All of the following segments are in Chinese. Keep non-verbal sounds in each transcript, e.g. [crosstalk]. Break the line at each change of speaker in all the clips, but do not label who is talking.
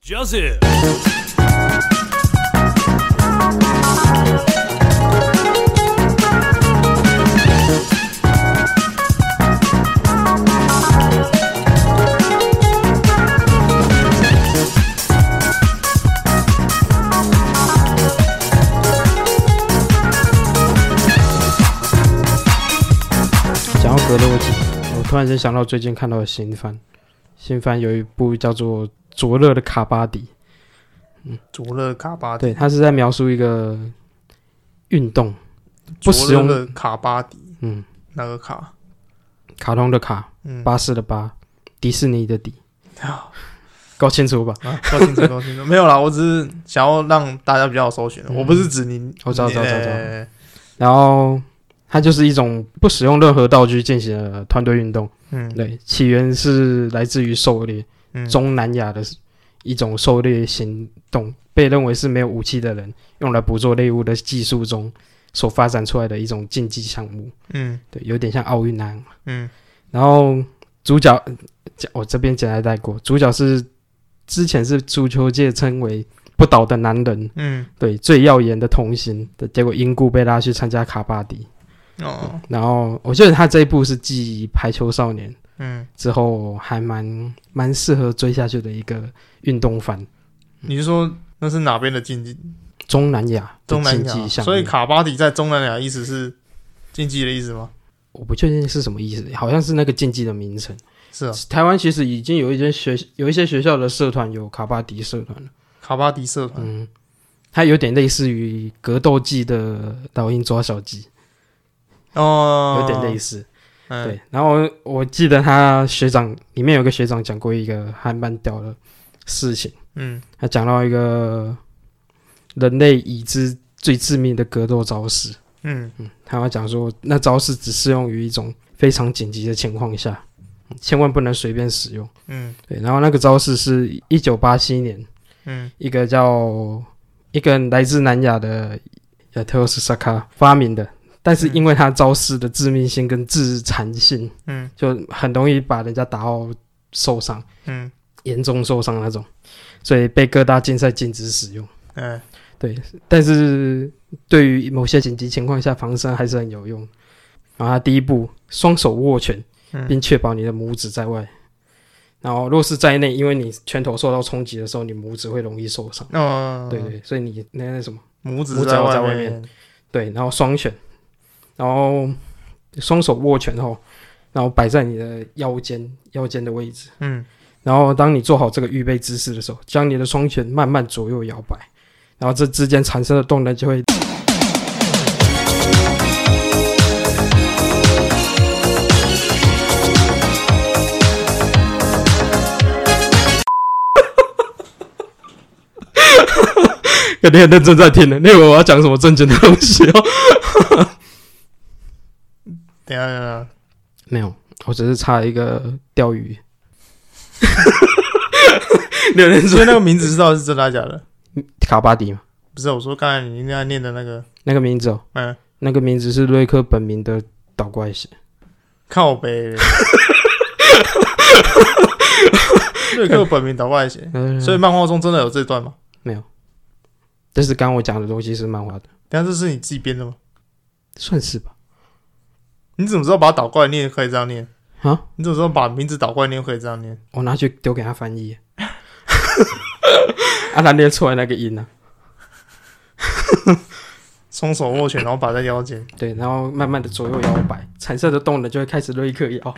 Joseph。
讲到格斗技，我突然间想到最近看到的新番，新番有一部叫做《灼热的卡巴迪》，
灼热卡巴迪，
对，它是在描述一个运动，不使
灼
用
热的卡巴迪，
嗯，
哪个卡？
卡通的卡，
嗯，
巴士的巴，迪士尼的迪，
啊，
搞清楚吧？
高清楚，高清楚， [laughs] 没有啦，我只是想要让大家比较好搜寻，
嗯
我不是指你，
我知道
你
知道知道知道
呃
然后它就是一种不使用任何道具进行的团队运动，
嗯，
对，起源是来自于狩猎，
嗯，
中南亚的一种狩猎行动，被认为是没有武器的人用来捕捉猎物的技术中所发展出来的一种竞技项目，
嗯
对，有点像奥运那样。
嗯
然后主角，呃讲我这边简单带过，主角是之前是足球界称为不倒的男人，
嗯，
对，最耀眼的童星的结果，因故被拉去参加卡巴迪。
哦，
然后我觉得他这一部是继《排球少年》
嗯，
之后，还蛮蛮适合追下去的一个运动番。
你是说那是哪边的竞技？
中南亚的
中南
竞
亚，
技项目，
所以卡巴迪在中南亚意思是竞技的意思吗？
我不确定是什么意思，好像是那个竞技的名称。
是啊，
台湾其实已经有一间学有一些学校的社团有卡巴迪社团了，
卡巴迪社团，
嗯，它有点类似于格斗技的老鹰抓小鸡，
哦，
有点类
似，
似。
嗯，
对，然后我记得他学长里面有个学长讲过一个还蛮屌的事情，
嗯
他讲到一个人类已知最致命的格斗招式，
嗯
他要讲说，那招式只适用于一种非常紧急的情况下，嗯千万不能随便使用。
嗯
对，然后那个招式是一九八七年
嗯
一个叫一个来自南亚的亚特斯萨卡发明的，但是因为他招式的致命性跟自残性，
嗯
就很容易把人家打到受伤，
嗯，
严重受伤那种，所以被各大竞赛禁止使用。
哎，
但是对于某些紧急情况下，防身还是很有用。然后他第一步，双手握拳，
嗯
并确保你的拇指在外。然后若是在内，因为你拳头受到冲击的时候，你拇指会容易受伤。
哦，
对，对，所以你那那什么，
拇指
拇指
在
在外
面，
对，然后双拳，然后双手握拳后，然后摆在你的腰间腰间的位置。
嗯
然后当你做好这个预备姿势的时候，将你的双拳慢慢左右摇摆，然后这之间产生的动能就会。 [laughs] 有点认真在听的，你以为我要讲什么正经的东西哦？
等一下等一下，
没有，我只是差一个钓鱼。 [laughs] 你有认
所以
真
那个名字知道是真的还是假的？
卡巴迪吗？
不是，我说刚才你那样念的那个，
那个名字哦，
嗯，
那个名字是瑞克本名的倒过来写。
靠 [laughs] 背。瑞克本名倒过来写，
嗯，
所以漫画中真的有这段吗？
但是刚刚我讲的东西是漫画的，
但这是你自己编的吗？
算是吧？
你怎么知道把它倒过来念可以这样念？
啊，
你怎么知道把名字倒过来念可以这样念？
我拿去丢给他翻译。 [laughs] 啊，他念出来那个音呢、
双手握拳，然后把在腰间。
对，然后慢慢的左右摇摆，产生的动能就会开始瑞克摇。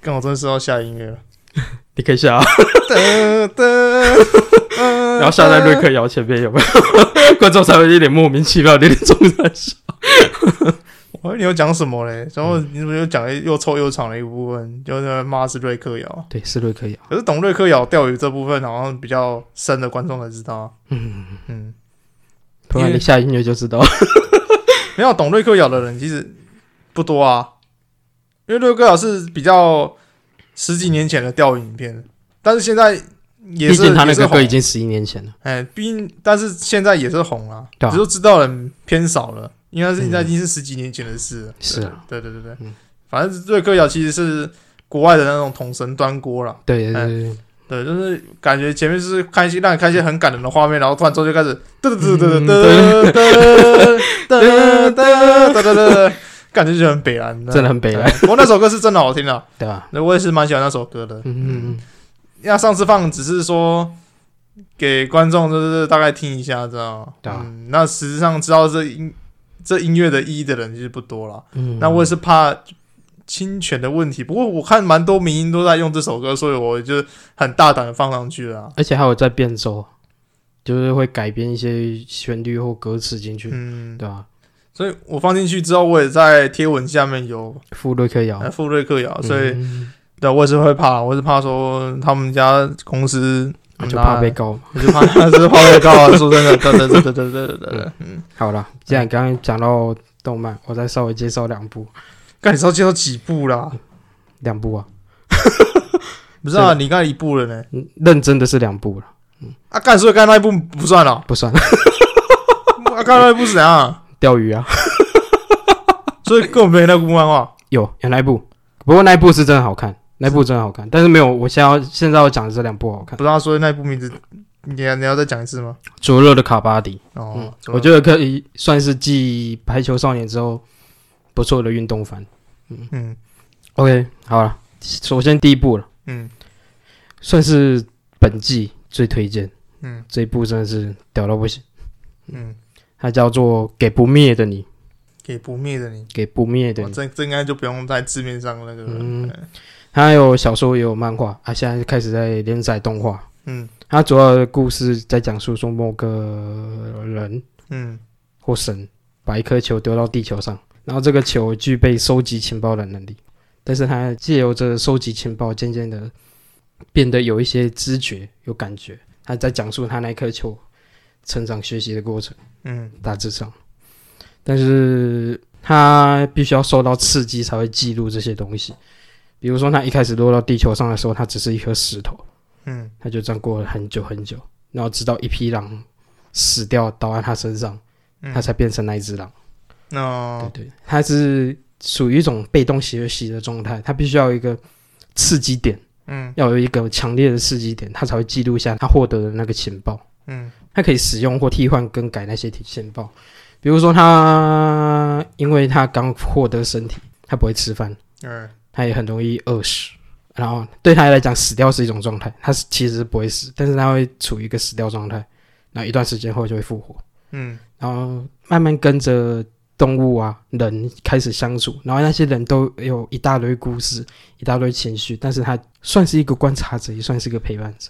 刚好真的是要下音乐 [laughs] 了。
你可以下、啊，
噔噔，然
然后下在瑞。克摇前面有没
呃
有？ [laughs] 观众才会一脸莫名其妙，有点中在笑。
我以为你有讲什么嘞？然后你怎么又讲了又臭又长的一部分，就在骂是瑞克摇。
对，是瑞克摇。
可是懂瑞克咬钓鱼这部分，好像比较深的观众才知道啊。
嗯，
嗯，
突然
因
你
为
下音乐就知道。
没有懂瑞克咬的人其实不多啊，因为瑞克咬是比较十几年前的钓鱼影片，但是现在也
毕
是
竟他那
也是
个歌
红
已经十一年前了。
哎，毕竟但是现在也是红了、
对啊
只是知道人偏少了，应该
嗯
是应该已经是十几年前的事了。
是啊
对对对对，
嗯
反正瑞克咬其实是国外的那种桶神端锅啦。
对对对对，
对，就是感觉前面是看一些让你看一些很感人的画面，然后突然之后就开始噔噔噔噔噔噔噔噔噔噔噔，感觉就很北蓝，
真的很北蓝，。
不过那首歌是真的好听哎啊，
对吧？
那我也是蛮喜欢那首歌的。
嗯嗯
那上次放只是说给观众就是大概听一下，知道吗？
对啊
嗯，那实际上知道这音这音乐的意义的人其实不多了。
嗯，
那我也是怕侵权的问题，不过我看蛮多民音都在用这首歌，所以我就很大胆的放上去了啊、
而且还有在变奏，就是会改编一些旋律或歌词进去，
嗯，
对吧？
所以我放进去之后，我也在贴文下面有
富瑞克摇
呃，富瑞克谣，所以、
嗯
对我也是会怕，我是怕说他们家公司
那啊就怕被，告嘛。
[laughs] 我就怕是怕被告啊！
[laughs]
说真的，对对对对对对对对，嗯，
好了，既然刚刚讲到动漫，我再稍微介绍两部，
干你知道介绍几部啦？
嗯两部啊，
不是啊，你刚才一部了呢，
嗯认真的是两部了，
啊，干所以刚才那一部不
[laughs]
算了，
不算了，
啊，刚才那一部是怎样？
钓鱼啊，
所以根本没那部漫画，
有有那一部，不过那一部是真的好看，那一部真的好看，但是没有我现在要现在要讲的这两部好看，
不知道所以那一部名字，你要你要再讲一次吗？
灼热的卡巴迪，嗯
哦，，
我觉得可以算是继排球少年之后不错的运动番。
得，嗯
OK，好了，首先第一部了。
嗯
算是本季最推荐
嗯
这一部，真的是屌到不行。
嗯，
它叫做《给不灭的你》，
给不灭的你，
给不灭的
我
你。
哦这这应该就不用在字面上那个，
嗯
嗯
它有小说也有漫画，啊，现在开始在连载动画。
嗯
它主要的故事在讲述说某个人
嗯
或神把一颗球丢到地球上，然后这个球具备收集情报的能力，但是它借由着收集情报，渐渐的变得有一些知觉、有感觉。它在讲述它那颗球成长学习的过程。
嗯
大致上，但是他必须要受到刺激才会记录这些东西。比如说，他一开始落到地球上的时候，他只是一颗石头，
嗯
他就这样过了很久很久，然后直到一匹狼死掉倒在他身上，
嗯，哦
他才变成那一只狼。
那
对对，他是属于一种被动学习的状态，他必须要有一个刺激点，
嗯
要有一个强烈的刺激点，他才会记录下他获得的那个情报。
嗯
它可以使用或替换更改那些体线报。比如说他，因为他刚获得身体，他不会吃饭，
嗯
他也很容易饿死。然后对他来讲，死掉是一种状态，他是其实不会死，但是他会处于一个死掉状态，然后一段时间后就会复活，
嗯
然后慢慢跟着动物啊、人开始相处，然后那些人都有一大堆故事、一大堆情绪，但是他算是一个观察者，也算是一个陪伴者。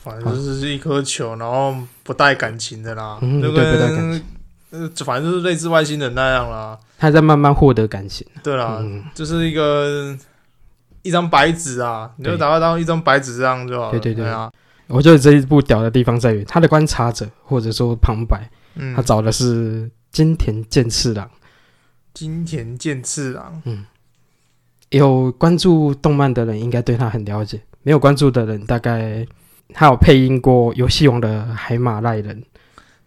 反正就是一颗球，然后不带感情的啦，
嗯
就
对不带感
跟呃，反正就是类似外星人那样啦，
他在慢慢获得感情。
对啦，
嗯，
就是一个一张白纸啊，你就
对
把它当一张白纸这样就好了，
对对对
对啊，
我觉得这一部屌的地方在于，他的观察者或者说旁白，
嗯
他，找的是金田健次郎，
金田健次郎，
有关注动漫的人应该对他很了解，没有关注的人大概他有配音过《游戏王》的海马赖人，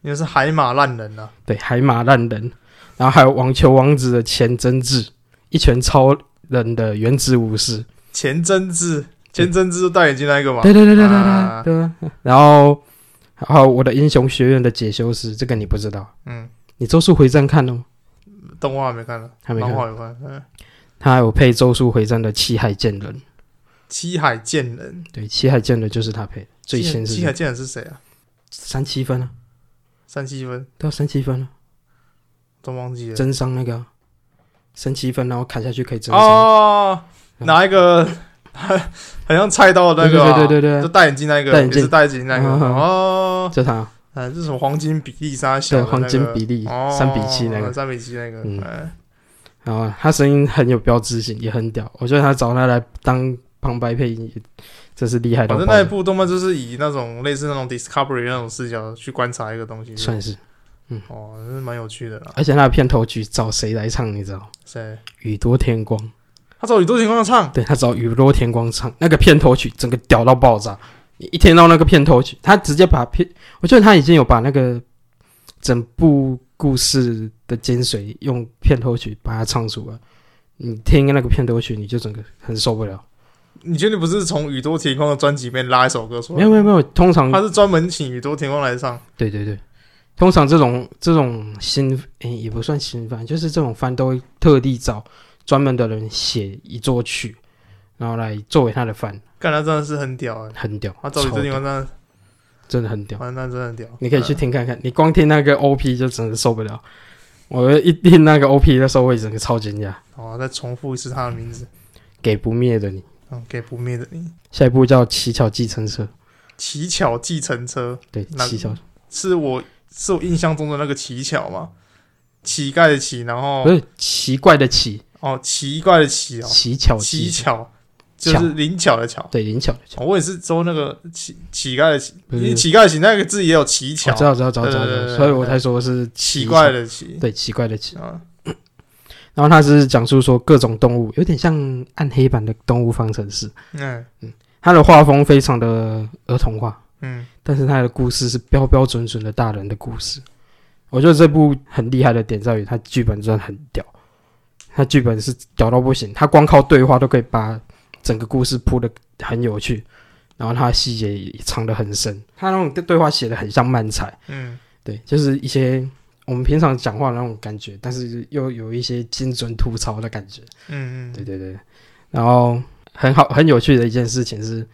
因为是海马烂人啊，
对海马烂人，然后还有《网球王子》的前真治，一拳超人的原子武士，
前真治，前真治戴眼镜那一个嘛，
对对对对对
啊
对对啊，然后还有我的英雄学院的解修师，这个你不知道，
嗯，
你周数回战看了吗？
动画还没看呢，
还没看
漫画有看，嗯，
他还有配《周数回战》的七海剑人。
七海剑人，
对，七海剑的就是他配的，最先
七海
是
剑人是谁啊？
三七分啊，
三七分，
都要三七分了、啊
都忘记了。
真伤那个啊三七分，然后砍下去可以真伤。
哦，拿一个 [laughs] 很像菜刀的那个啊，
对对对对对
就戴眼镜那一个，
戴眼镜
也是戴眼镜那个。
嗯嗯嗯
哦，
就他，啊
哎，这是什么黄金比例杀小
对
的那个？
黄金比例
哦，
三比七那个，
三比七那个。
嗯
哎
然后啊他声音很有标志性，也很屌。我觉得他找他来当旁白配音，真是厉害到爆
反正那一
炸，
部动漫就是以那种类似那种 Discovery 那种视角去观察一个东西，
算是。
哦，真是蛮有趣的啦。
而且他的片头曲找谁来唱，你知道？
谁？
宇多田光，
他找宇多田光唱，
对他找宇多田光唱那个片头曲，整个屌到爆炸。你一听到那个片头曲，他直接把片，我觉得他已经有把那个整部故事的精髓用片头曲把它唱出来。你听那个片头曲，你就整个很受不了。
你确定不是从宇多田光的专辑里面拉一首歌出
没
来
有？没有没有，通常
他是专门请宇多田光来唱。
对对对，通常这种这种新诶、也不算新番，就是这种番都会特地找专门的人写一作曲，然后来作为他的番，
干，他真的是很屌哎！
很屌，
他找宇
超
多田
屌
光真的，
真的很屌。
他真的很屌。
你可以去
嗯，
听看看，你光听那个 OP 就真的受不了。我一听那个 OP 的时候，我也整个超惊讶，
好，再重复一次他的名字。
给不灭的你。
嗯，给不灭的你。
下一部叫《乞巧计程车》，
乞巧计程车
对，
那哦
乞巧
是我是我印象中的那个乞巧嘛？乞丐的乞，然后
不是奇怪的奇，
哦，奇怪的奇哦，
乞巧
乞
计程，
巧就是灵巧的巧。
对，灵巧的巧。
哦我也是搜那个乞乞丐的乞，
不是
因为乞丐的乞那个字也有乞巧
我，知道，知道，知道，知道
对对
知
对
道，
对
所以我才说是乞
奇
巧
怪，的奇
对，奇怪的奇。
啊，
然后它是讲述说各种动物，有点像暗黑版的《动物方程式》，
嗯
它的画风非常的儿童化，
嗯，
但是他的故事是标标准准的大人的故事。我觉得这部很厉害的点在于，他剧本真的很屌，他剧本是屌到不行，他光靠对话都可以把整个故事铺的很有趣，然后他的细节也藏得很深，他那种对话写的很像漫才，
嗯，
对，就是一些我们平常讲话的那种感觉，但是又有一些精准吐槽的感觉。
嗯
对
嗯，
对对，然后很好很有趣的一件事情是，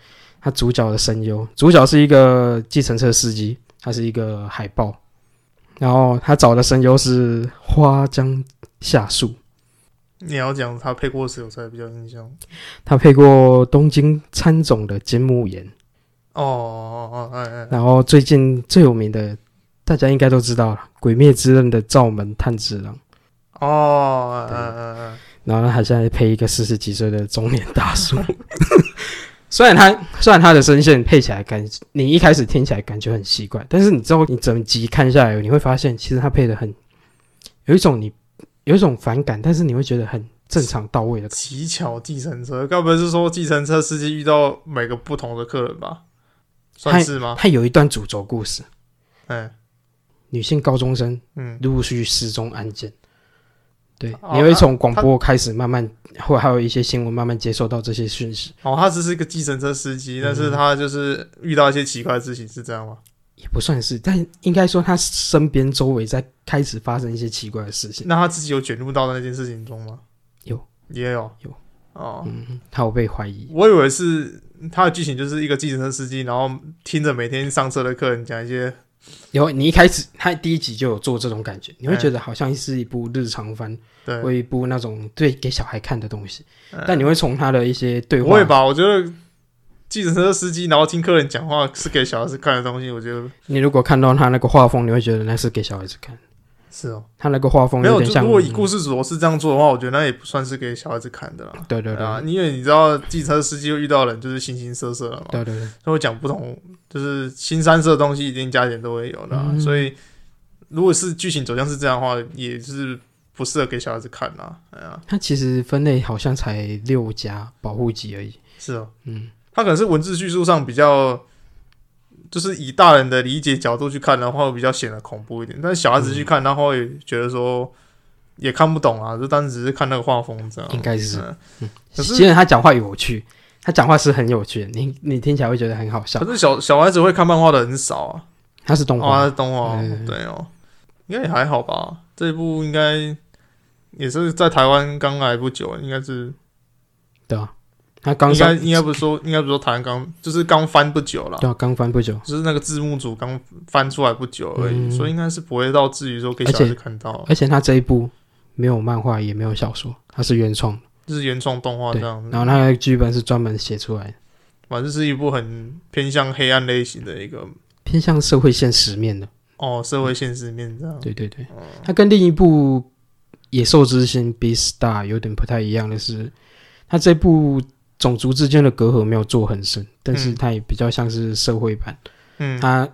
他主角的声优，主角是一个计程车司机，他是一个海豹，然后他找的声优是花江夏树，
你要讲他配过谁，我才比较有印象。
他配过东京参总的金木研，
哦哦哦，哎哎，
然后最近最有名的大家应该都知道了，《鬼灭之刃》的灶门炭治郎，
哦，嗯嗯
然后他现在配一个四十几岁的中年大叔。 [laughs] 虽然他虽然他的声线配起来感，你一开始听起来感觉很奇怪，但是你之后你整集看下来，你会发现其实他配的很有一种你有一种反感，但是你会觉得很正常到位的
嗯，。乞巧计程车，该不会是说计程车司机遇到每个不同的客人吧？算是吗？
他有一段主轴故事，
嗯
女性高中生
嗯，
陆续失踪案件。对，
哦
你会从广播开始慢慢，或还有一些新闻慢慢接收到这些讯息，
哦，他只是一个计程车司
嗯
机，但是他就是遇到一些奇怪的事情，是这样吗？
也不算是，但应该说他身边周围在开始发生一些奇怪的事情。
那他自己有卷入到那件事情中吗？
有，
也有，
有，
哦，
嗯，他有被怀疑，
我以为是他的剧情就是一个计程车司机，然后听着每天上车的客人讲一些，
然后你一开始他第一集就有做这种感觉，你会觉得好像是一部日常番，
对，
或一部那种对给小孩看的东西，
嗯
但你会从他的一些对
不
话
会，吧？我觉得计程车司机然后听客人讲话是给小孩子看的东西，我觉得
你如果看到他那个画风，你会觉得那是给小孩子看，
是哦。
他那个画风
没有，
点
就
像，
如果以故事主是这样做的话，我觉得那也不算是给小孩子看的啦。
对对对
啊，因为你知道计程车司机会遇到的人就是形形色色了嘛，
对对对，
他会讲不同，就是新三色的东西一定加点都会有的啊、
嗯
所以如果是剧情走向是这样的话，也是不适合给小孩子看啦。哎呀、
他其实分类好像才六家保护级而已，
是哦，
嗯，
他可能是文字叙述上比较，就是以大人的理解角度去看的话，会比较显得恐怖一点。但是小孩子去看，他会觉得说也看不懂啊，就单只是看那个画风这样。
应该是
嗯可是
其实他讲话有趣，他讲话是很有趣的，你你听起来会觉得很好笑
可，是小小孩子会看漫画的很少啊，
他是动
哦，他
画，
是动画哦，
嗯
对哦，应该也还好吧。这一部应该也是在台湾刚来不久，应该是
对吧？他刚
应该
上，
应该不是说应该不是说台湾刚就是刚翻不久啦。
对啊，刚翻不久。
就是那个字幕组刚翻出来不久而已，
嗯
所以应该是不会到至于说给小孩子看到，啊
而且他这一部没有漫画，也没有小说，它是原创的。
就是原创动画这样子
然。后他的剧本是专门写出来的，
反正是一部很偏向黑暗类型的一个
偏向社会现实面的。
哦社会现实面这样。
对对对，它跟另一部《野兽之心》《b e Star》有点不太一样的是，它这部种族之间的隔阂没有做很深，但是
嗯
它也比较像是社会版。
嗯
它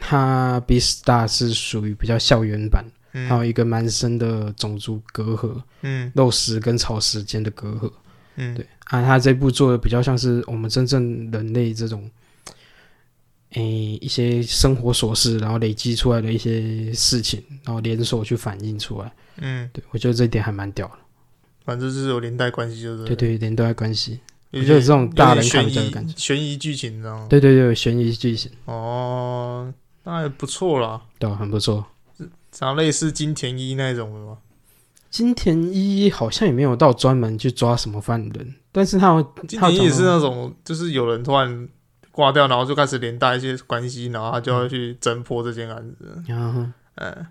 它《b e Star》是属于比较校园版，还有
嗯
一个蛮深的种族隔阂，
嗯
肉食跟草食间的隔阂。
嗯，
对啊，他这部做的比较像是我们真正人类这种，诶、一些生活琐事，然后累积出来的一些事情，然后连锁去反映出来。
嗯，
对我觉得这一点还蛮屌的，
反正就是有连带关系，就是
对对，连带关系。我觉得这种大人看
悬
比较有感
疑
觉。
悬疑剧情这样。
对对对，悬疑剧情，
哦，那还不错啦，
对、啊，很不错。
像类似金田一那种的吗？
金田一好像也没有到专门去抓什么犯人，但是他有
金
他
田
有
一也
讲
是
到
那种，就是有人突然挂掉，然后就开始连带一些关系，然后他就要去侦破这件案子。
然后
嗯，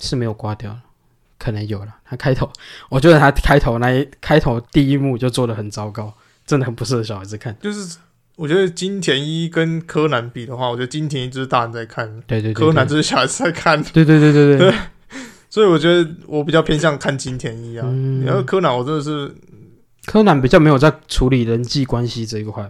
是没有刮掉了，可能有了。他开头，我觉得他开头那一开头第一幕就做的很糟糕，真的很不适合小孩子看。
就是我觉得金田一跟柯南比的话，我觉得金田一就是大人在看，
对对对对
柯南就是小孩子在看， [laughs]
对对对对对，
所以我觉得我比较偏向看金田一啊。
嗯
然后柯南我真的是
柯南比较没有在处理人际关系这一块。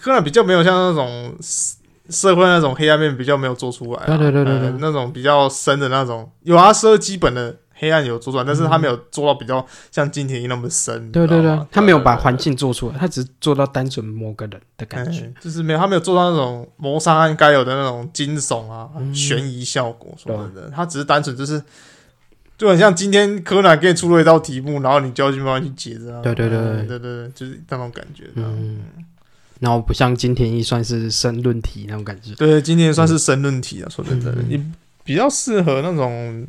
柯南比较没有像那种社社会那种黑暗面比较没有做出来啊、
对对对对对
呃那种比较深的那种有啊，是基本的黑暗有做出来，但是他没有做到比较像金田一那么深，
对对
你知道
对
吗，啊
他没有把环境做出来，他只是做到单纯某个人的感觉。
嗯就是没有他没有做到那种谋杀案该有的那种惊悚啊、
嗯
悬疑效果什么的，他只是单纯就是。就很像今天柯南给你出了一道题目，然后你就要去慢慢去解这样。
对对对
嗯对对对，就是那种感觉。嗯
嗯，然后不像金田一算是申论题那种感觉。
对，今天算是申论题啊，说真的，
嗯
你比较适合那种，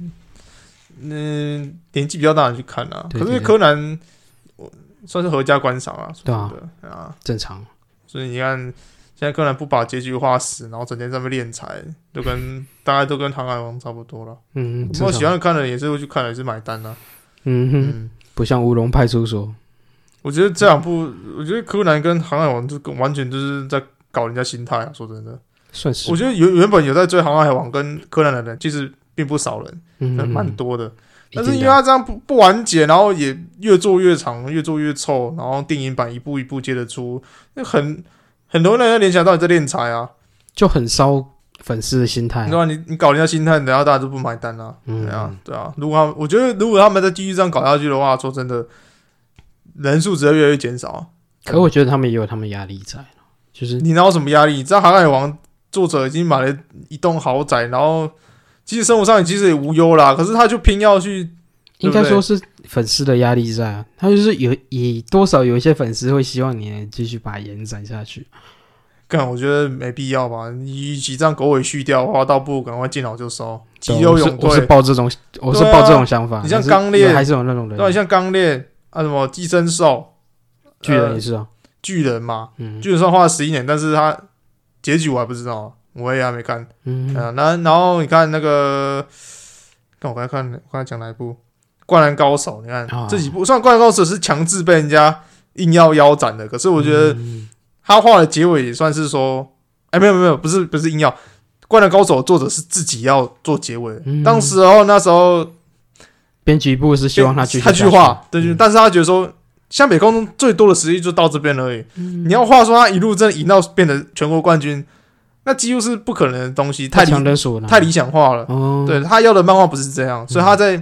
嗯、年纪比较大的去看啊。
对
可是
对对
柯南，我算是合家观赏啊，说真的啊。
正常，
所以你看，现在柯南不把结局画死，然后整天在那边练财，就跟大家都跟《航海王》差不多了。
嗯，
我
正
喜
常，
欢看的人也是会去看，也是买单啊。
嗯哼，
嗯，
不像乌龙派出所，
我觉得这两部，我觉得柯南跟《航海王》就跟完全就是在搞人家心态啊，说真的。
算是
我，觉得原原本有在追《航海王》跟柯南的人，其实并不少人，
嗯
人
哼，
蛮多的。
一定的
但是因为他这样不不完结，然后也越做越长，越做越臭，然后电影版一步一步接着出，那很很多人要联想到你在敛财啊，
就很烧粉丝的心态啊
你知。道啊吗你你搞人家心态，然后大家就不买单啦、
哎嗯
对啊，对啊。如果他们我觉得如果他们再继续这样搞下去的话，说真的，人数只会越来越减少啊。
可我觉得他们也有他们压力在就是
你哪有什么压力？你知道《航海王》作者已经买了一栋豪宅，然后其实生活上其实也无忧啦，可是他就偏要去，
应该说是粉丝的压力在啊，他就是有以多少有一些粉丝会希望你继续把它延展下去。
干，我觉得没必要吧。你与其这样狗尾续貂的话，倒不如赶快见好就收，急
对啊
流
我是
勇
我是
退。
抱这种我是
对啊
抱这种想法。
你像
但是
刚烈
有还是有那种
对，啊
人，
像刚烈啊，什么寄生兽、
巨人也
呃
是啊，
巨人嘛，
嗯
巨人算花了十一年，但是他结局我还不知道啊，我也还没看。
嗯
嗯，那然后你看那个，看我刚才看我刚才讲哪一部《灌篮高手》？你看、
啊
这几部，虽然《灌篮高手》是强制被人家硬要腰斩的，可是我觉得
嗯
他画的结尾也算是说，哎、没有没有，不是不是硬要，《灌篮高手》作者是自己要做结尾的。
嗯
当时候那时候
编辑部是希望他继续
他
下去
去画，对，
嗯
但是他觉得说。湘北高中最多的实力就到这边而已。
嗯
你要画说他一路真的赢到变得全国冠军，那几乎是不可能的东西，太
太
理
强人所难，
太理想化了。
哦，
对他要的漫画不是这
嗯
样，所以他在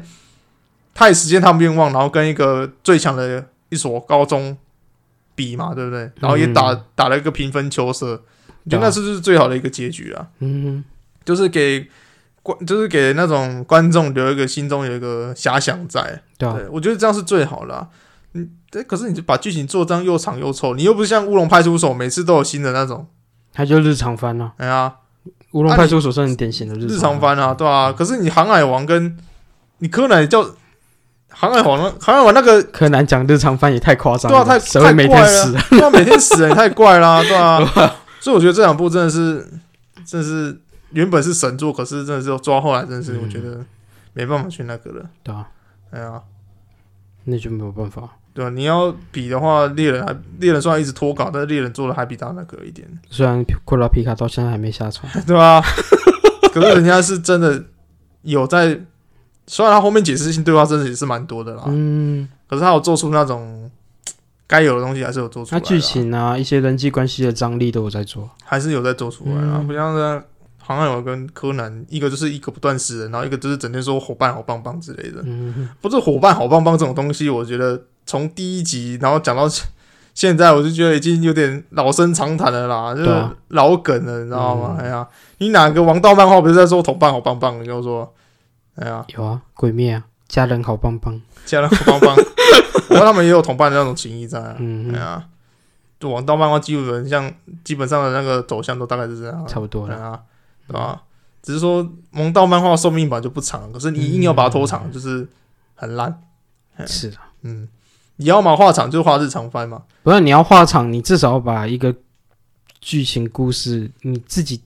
他也实现他们愿望，然后跟一个最强的一所高中比嘛，对不对？然后也打、
嗯
打了一个平分秋色，我
对
觉
啊
得那是就是最好的一个结局啊，
嗯，
就是给观就是给那种观众留一个心中有一个遐想在。
对啊，
对，我觉得这样是最好的、啊。嗯，对，可是你就把剧情做这样又长又臭，你又不是像乌龙派出所每次都有新的那种，
他就日常番了。
哎呀，
乌龙
啊
派
你
出所是很典型的
日
常
常番啊，对啊。可是你航海王跟你柯南也叫航海王，航海王那个
柯南讲日常番也太夸张
对
了，
啊，太
谁会
太
每
怪
天死
了？，对啊，每天死人也太怪
[laughs]
啦，对啊。所以我觉得这两部真的是，真的是原本是神作，可是真的是抓后来，真的是
嗯
我觉得没办法去那个了。
对啊，
哎呀，
[laughs] 那就没有办法。
对啊，你要比的话，猎人还猎人虽然一直脱稿，但是猎人做的还比他那个一点，
虽然库拉皮卡到现在还没下船，
对吧、 [laughs] 可是人家是真的有在，虽然他后面解释性对话真的也是蛮多的啦，
嗯，
可是他有做出那种该有的东西，还是有做出
那
来啦，
剧情啊，一些人际关系的张力都有在做，
还是有在做出来啦，
嗯
不像是航海王跟柯南，一个就是一个不断死人，然后一个就是整天说伙伴好棒棒之类的。
嗯，
不是伙伴好棒棒这种东西，我觉得从第一集然后讲到现现在，我就觉得已经有点老生常谈了啦，就
对
是
啊
老梗了，你知道吗？
嗯
哎呀，你哪个王道漫画不是在说同伴好棒棒？你就说，哎呀，
有啊，鬼灭啊，家人好棒棒， [laughs]
家人好棒棒，我看他们也有同伴的那种情谊在啊。
嗯
对，啊，就王道漫画基本像基本上的那个走向都大概是这样啊，
差不多
对
了。
啊，对吧？只是说萌道漫画寿命本来就不长，可是你硬要把它拖
嗯
长，就是很烂。
是啊，
嗯，你要嘛画长就画日常番嘛，
不然你要画场，你至少把一个剧情故事你自己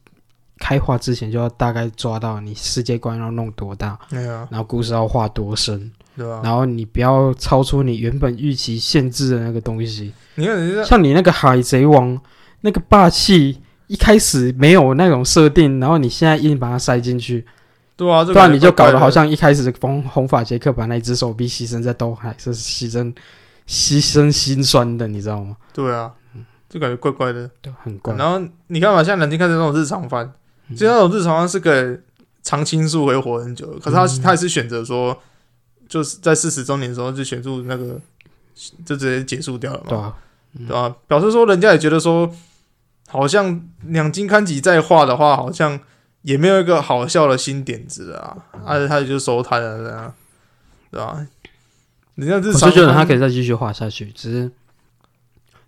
开画之前就要大概抓到你世界观要弄多大，
对啊，
然后故事要画多深，
对啊吧？
然后你不要超出你原本预期限制的那个东西。
你看人家
像你那个海贼王那个霸气，一开始没有那种设定，然后你现在硬把它塞进去，
对啊，这个
不然你就搞得
怪怪
好像一开始红红发杰克把那只手臂牺牲在东海，是牺牲牺牲心酸的，你知道吗？
对啊，就感觉怪怪的。
对，很怪。嗯
然后你看嘛，像南京看这种日常番，其实那种日常番是给常青树会活很久的，可是他、
嗯
他也是选择说，就是在四十周年的时候就选出那个，就直接结束掉了嘛，
对啊，
对吧、表示说人家也觉得说，好像两金刊吉再画的话，好像也没有一个好笑的新点子啊，而且、他也就收摊了，这样，对吧、人家日
我
常
就觉得他可
以，
以再继续画下去，只是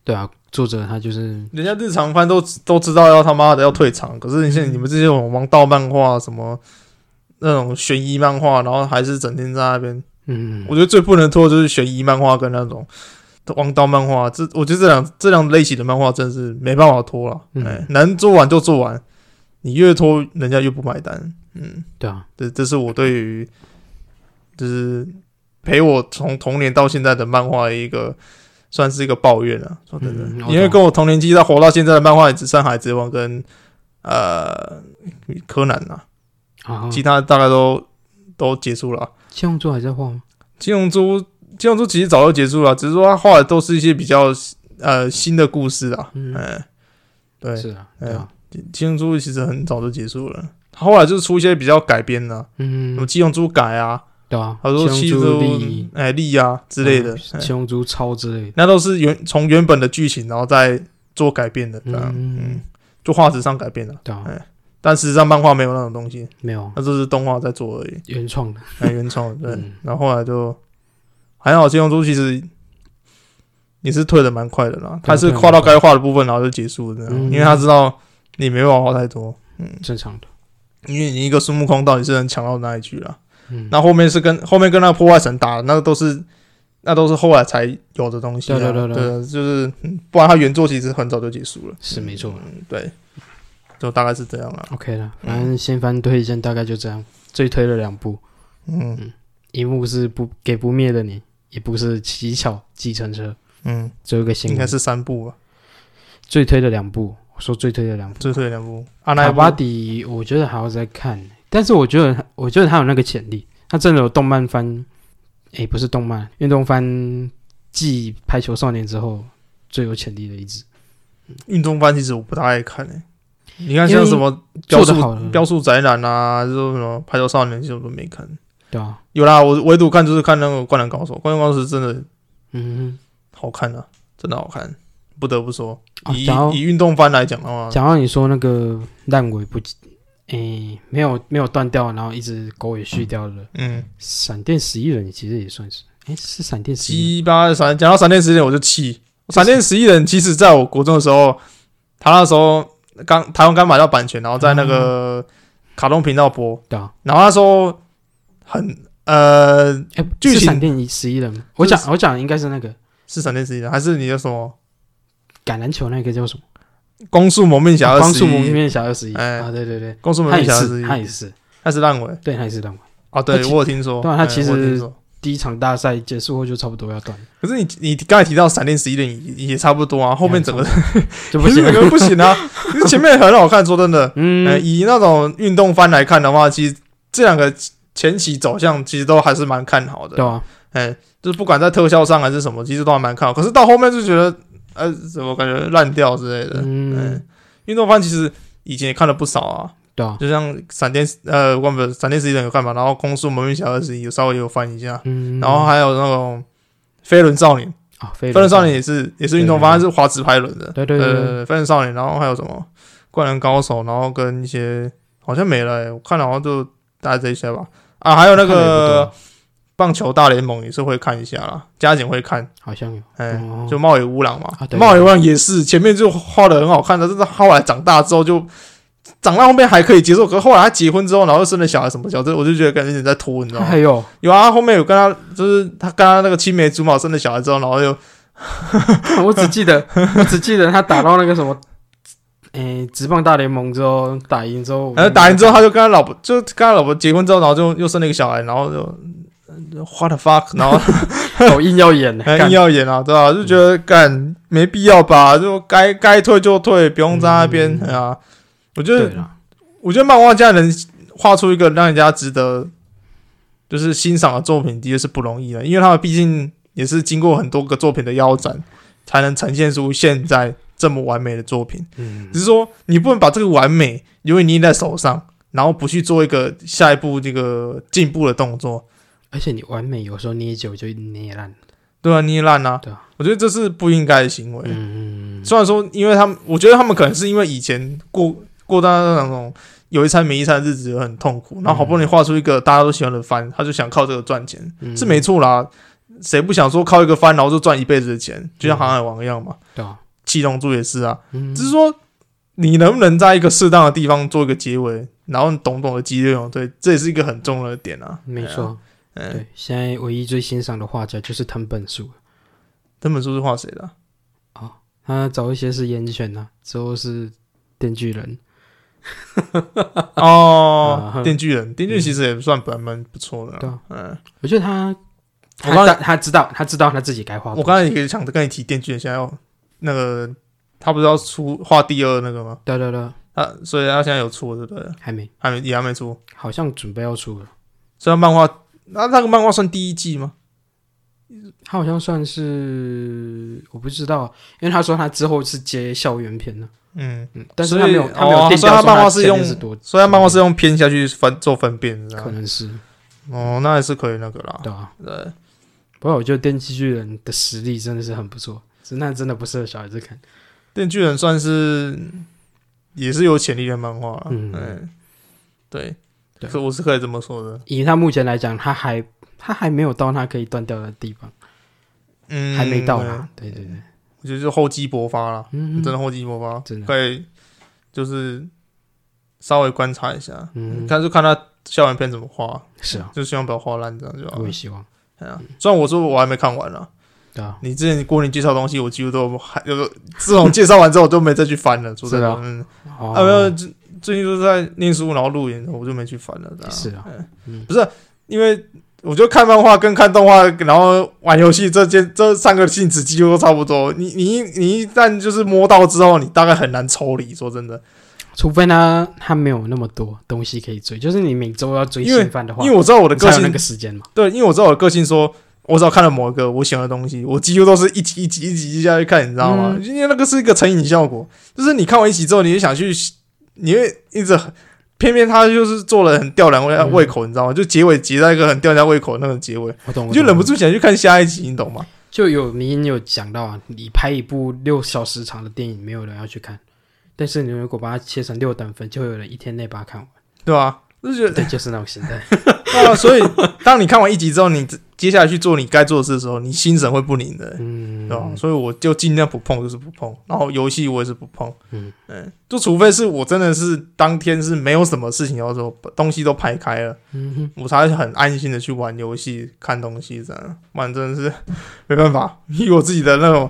对啊，作者他就是
人家日常番都都知道要他妈的要退场，可是你现在你们这些王道漫画什么。那种悬疑漫画，然后还是整天在那边。
嗯
我，觉得最不能拖的就是悬疑漫画跟那种王道漫画。这我觉得这两这两类型的漫画真是没办法拖了，
嗯
哎，能做完就做完，你越拖人家越不买单。嗯，
对啊，
这这是我对于就是陪我从童年到现在的漫画的一个算是一个抱怨啊。说真的，
嗯
因为跟我同年纪到活到现在的漫画也只剩《海贼王》跟呃柯南啊，
啊，
其他大概都都结束了啊。
七龙珠还在画吗？
金龙珠，金龙珠其实早就结束了，只是说他画的都是一些比较呃新的故事啊。
嗯
嗯、对，哎
是啊，对啊，
金龙珠其实很早就结束了，他后来就是出一些比较改编的、啊，什么
嗯，
金龙珠改啊，
对啊，
还有说七
七
龙
龙珠
珠
利益
哎力啊之类的，
嗯
哎
七龙珠超之类的，
那都是原从原本的剧情然后再做改变的，这样，
嗯
嗯就画质上改变了，
对啊，
哎但实际上漫画没有那种东西，
没有
那就是动画在做而已。
原创的，
哎，原创对，
嗯
然后后来就还好，金龙珠其实也是退的蛮快的
啊
啦，他是画到该画的部分，然后就结束了这样，
嗯
因为他知道你没办法画太多，
正常的，
因为你一个孙悟空到底是能强到哪里去啦？
嗯，
那后面是跟后面跟那个破坏神打的，那个都是那都是后来才有的东西、啊，
对对对对
就是、嗯不然他原作其实很早就结束了，
是没错。
嗯，对，就大概是这样啦，
OK 了，反正新番推荐大概就这样，最推了两部，
嗯
一部是不给不灭的你，一部是乞巧计程车，
嗯，
最后一个新
应该
闻
是三部吧，
最推的两部，我说最推的两部，
最推两部，阿那
卡
一
巴
部
迪我觉得还要再看，但是我觉得我觉得他有那个潜力，他真的有动漫番，诶，不是动漫，运动番继排球少年之后最有潜力的一支，
运动番其实我不大爱看欸诶、你看
因为
像什么
做
雕
得好
塑
的
雕塑宅男啊，这种什么排球少年，其实我都没看。
对啊，
有啦，我唯独看就是看那个《灌篮高手》，《灌篮高手》真的
嗯
好看啊，真的好看，不得不说。
哼，啊，
以
讲到
以运动番来讲的话，
讲到你说那个烂尾不，诶、没有没有断掉，然后一直狗尾续貂的
嗯，
闪电十一人，其实也算是，诶、是闪电十一，
七八闪讲到闪电十一人我就气，闪电十一人其实在我国中的时候，他那时候刚台湾刚买到版权，然后在那个卡通频道播，
对啊，
然后那时候很呃
诶、
剧
是
情
闪电十一人吗，我讲我讲的应该是那个
是闪电十一人还是你的什么？
橄榄球那个叫什么？
光速蒙面侠二
光
十
速蒙
一，
面侠二十一
哎
啊，对对对，
光速蒙
他
面
也
侠二十
是
一，
他也是，
他是烂尾
对他也是烂尾。他
啊。对，
其
我有听说，
对啊他
哎
其实
我有听说
第一场大赛结束后就差不多要断，
[laughs] 可是你你刚才提到闪电十一人也也差不多啊，后面整个
就不 [laughs] 行
整
了。
个不行啊，因为前面很好看，说真的，呃，
嗯，
以那种运动番来看的话，其实这两个前期走向其实都还是蛮看好的
对，啊，
哎，就是不管在特效上还是什么，其实都还蛮看好。可是到后面就觉得，呃，怎么感觉烂掉之类的，
嗯
嗯，运动番其实以前也看了不少啊，
对啊，
就像闪电呃，我不闪电十一人有看嘛，然后攻速蒙面侠二十一有稍微有翻一下，
嗯，
然后还有那种飞轮少年，
啊，飞
飞轮少年，也是也是运动，
对
反正是滑直拍轮的，
对对对对
呃，飞轮少年，然后还有什么灌篮高手，然后跟一些好像没了、欸，我看了好像就大概这些吧，啊，还有那
看得也不
个
多
棒球大联盟也是会看一下啦，加减会看，
好像有，
哎、
哦
就茂野乌朗嘛
啊，对
茂野乌朗也是前面就画的很好看的，但是他后来长大之后就长到后面还可以接受，可是后来他结婚之后，然后又生了小孩什么小孩，这我就觉得感觉有点在拖，你知道吗
还？有
有啊，他后面有跟他就是他跟他那个青梅竹马生了小孩之后，然
哦
后又
[laughs] 我只记得，我只记得他打到那个什么，诶、职棒大联盟之后打赢之后，
然后呃打赢之后，他就跟他老婆就跟他老婆结婚之后，然后就又生了一个小孩，然后就 what the fuck，然后
我硬要
[laughs]
演，
还
干
硬要演啊，对吧、就觉得干没必要吧，就该该退就退，不用在那边、
嗯
哎呀。我觉
对
得，
了，
我觉得漫画家能画出一个让人家值得就是欣赏的作品，的确是不容易的，因为他们毕竟也是经过很多个作品的腰斩，才能呈现出现在这么完美的作品。
嗯，
只是说你不能把这个完美因为捏在手上，然后不去做一个下一步这个进步的动作，
而且你完美有时候捏久就捏烂了，
对啊，捏烂啊，
对啊
我觉得这是不应该的行为。
嗯，
虽然说，因为他们，我觉得他们可能是因为以前过过到那种有一餐没一餐的日子很痛苦，然后好不容易画出一个大家都喜欢的番，他就想靠这个赚钱，
嗯
是没错啦。谁不想说靠一个番然后就赚一辈子的钱，就像航海王一样嘛，
嗯对啊，
七龙珠也是啊。
嗯
只是说你能不能在一个适当的地方做一个结尾，然后懂不懂得激烈用，对，这也是一个很重要的点啊。
没
对啊，
错，
嗯，
对，现在唯一最欣赏的画家就是藤本树，
这本书是画谁的啊？
他早一些是烟犬呐、之后是电锯人，
哦
[laughs] 啊，
电锯人，电锯其实也算蛮蛮不错的
对
啊
啊，
嗯。
我觉得他，他
我刚才
他知道他知道他自己该画
我
多，
刚才也想跟你提电锯人，现在要那个他不是要出画第二那个吗？
对对对，
他所以他现在有出了，对不对？
还没，
还没也还没出。
好像准备要出了，
所以他漫画，那那个漫画算第一季吗？
他好像算是我不知道，因为他说他之后是接校园片的。
嗯，
嗯，但是
所以
他没有，他没
哦
有定
所以
掉
他
说
漫画
他
是
前面
用啊
是多，
所以他漫画是用篇下去分做分辨的
可
啊。
能是
哦，那还是可以那个啦。
对啊。
对，
不过我觉得电击巨人的实力真的是很不错，只是那真的不适合小孩子看。
电锯人算是也是有潜力的漫画啦。
嗯
嗯，对，
对
可我是可以这么说的。
以他目前来讲，他还他还没有到他可以断掉的地方，
嗯，
还没到
对
啦。对对对，
我觉得就厚积薄发啦。
嗯，
真的厚积薄发，
真的
可以就是稍微观察一下，
嗯
看就看他校园片怎么画，
是啊，
就希望不要画烂这样就好
我
了
也。希望，
哎呀虽然我说我还没看完了，
对啊，
你之前郭宁介绍东西，我几乎都还有个，自从介绍完之后我都没再去翻了。说真的，
是
嗯，
哦
啊没有，最最近都在念书，然后录影，我就没去翻了。这样
是啊，
因为我觉得看漫画跟看动画，然后玩游戏这件这三个性质几乎都差不多。你你一你一旦就是摸到之后，你大概很难抽离。说真的，
除非他他没有那么多东西可以追，就是你每周要追
因为
新番的话，
因为我知道我的
你才
个
有
性，
那个时间嘛。
对，因为我知道我的个性说，我只要看了某一个我喜欢的东西，我几乎都是一集一集一集一下去看，你知道吗？
嗯
因为那个是一个成瘾效果，就是你看完一集之后，你就想去，你会一直很，偏偏他就是做了很吊人胃
嗯嗯
胃口，你知道吗？就结尾结在一个很吊人家胃口的那种结尾，
我懂，
你
我
就
懂
忍不住想去看下一集，你懂吗？
就有你有讲到啊，你拍一部六小时长的电影，没有人要去看，但是你如果把它切成六等份，就会有人一天内把它看
[laughs]
完。
对吧？就觉得
对，就是那种心
[laughs]
态。
对啊，所以当你看完一集之后，你接下来去做你该做的事的时候，你心神会不宁的、
嗯，
对吧？所以我就尽量不碰，就是不碰。然后游戏我也是不碰，哎
嗯
就除非是我真的是当天是没有什么事情要做，把东西都排开了，
嗯哼，
我才很安心的去玩游戏、看东西这样。不然真的是没办法， [laughs] 以我自己的那种